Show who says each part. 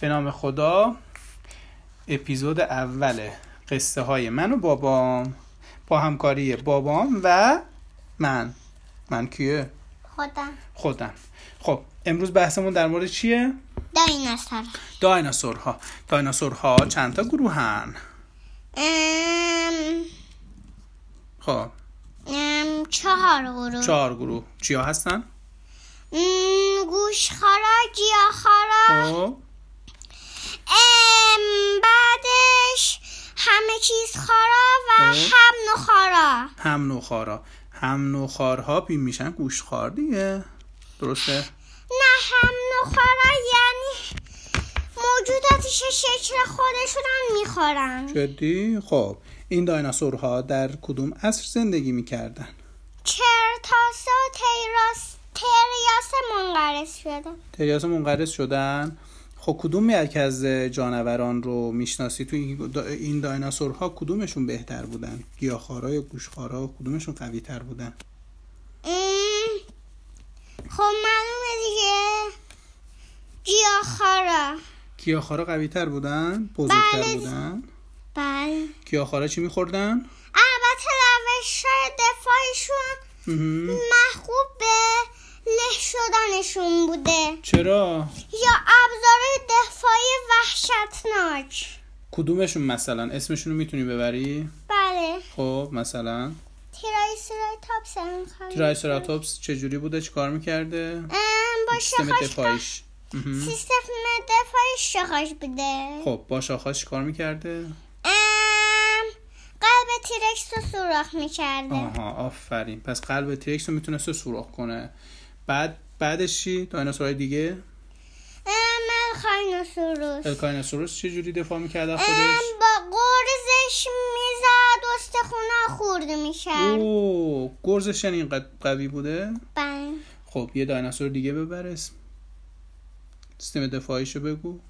Speaker 1: به نام خدا اپیزود اول قصه های من و بابام با همکاری بابام و من من کیه؟
Speaker 2: خودم
Speaker 1: خودم خب امروز بحثمون در مورد چیه؟
Speaker 2: دایناسور
Speaker 1: دایناسورها دایناسورها چند تا گروهن؟
Speaker 2: ام...
Speaker 1: خب
Speaker 2: ام... چهار گروه
Speaker 1: چهار گروه چیا هستن؟
Speaker 2: ام... گوشخارا گیاهخارا
Speaker 1: خب
Speaker 2: ام... بعدش همه چیز خارا و
Speaker 1: آه.
Speaker 2: هم نخارا
Speaker 1: هم نوخارا هم نوخارها پی میشن گوشخار دیگه درسته؟
Speaker 2: نه هم نخارا یعنی موجوداتش شکل خودشون هم میخورن
Speaker 1: جدی؟ خب این دایناسورها در کدوم عصر زندگی میکردن؟
Speaker 2: کرتاسه و تیراس تریاسه منقرض شدن
Speaker 1: تریاس منقرض شدن خب کدوم یکی از جانوران رو میشناسی تو این دا- این دایناسورها کدومشون بهتر بودن گیاهخوارا یا گوشخوارا کدومشون قوی تر بودن
Speaker 2: ام، خب معلومه دیگه گیاهخوارا
Speaker 1: گیاهخوارا قوی تر بودن بزرگتر
Speaker 2: بله.
Speaker 1: بودن
Speaker 2: بله
Speaker 1: گیاهخوارا چی میخوردن
Speaker 2: البته روش دفاعشون محبوب به له شدنشون بوده
Speaker 1: چرا
Speaker 2: یا ابزارهای دفاعی وحشتناک
Speaker 1: کدومشون مثلا اسمشون رو میتونی ببری
Speaker 2: بله
Speaker 1: خب مثلا
Speaker 2: تیرایسراتاپس هم خواهیم گفت.
Speaker 1: ترایسراتوپس چجوری بوده چیکار میکرده
Speaker 2: ام، با
Speaker 1: سیستم
Speaker 2: شاخاش کار-
Speaker 1: دفاعیش مهم.
Speaker 2: سیستم دفاعیش شاخاش بوده
Speaker 1: خب با شاخاش چیکار میکرده
Speaker 2: ام، قلب تیرکس رو سوراخ میکرده
Speaker 1: آها آفرین پس قلب تریکس رو میتونسته سوراخ کنه بعد بعدش چی دایناسورهای دیگه
Speaker 2: من خاینوسوروس
Speaker 1: الکایناسوروس چه جوری دفاع میکرد از
Speaker 2: ام،
Speaker 1: خودش
Speaker 2: با قرزش میزد استخونا خورده میکرد
Speaker 1: او گرزش یعنی اینقدر قوی بوده
Speaker 2: بله.
Speaker 1: خب یه دایناسور دیگه ببر اسم سیستم دفاعیشو بگو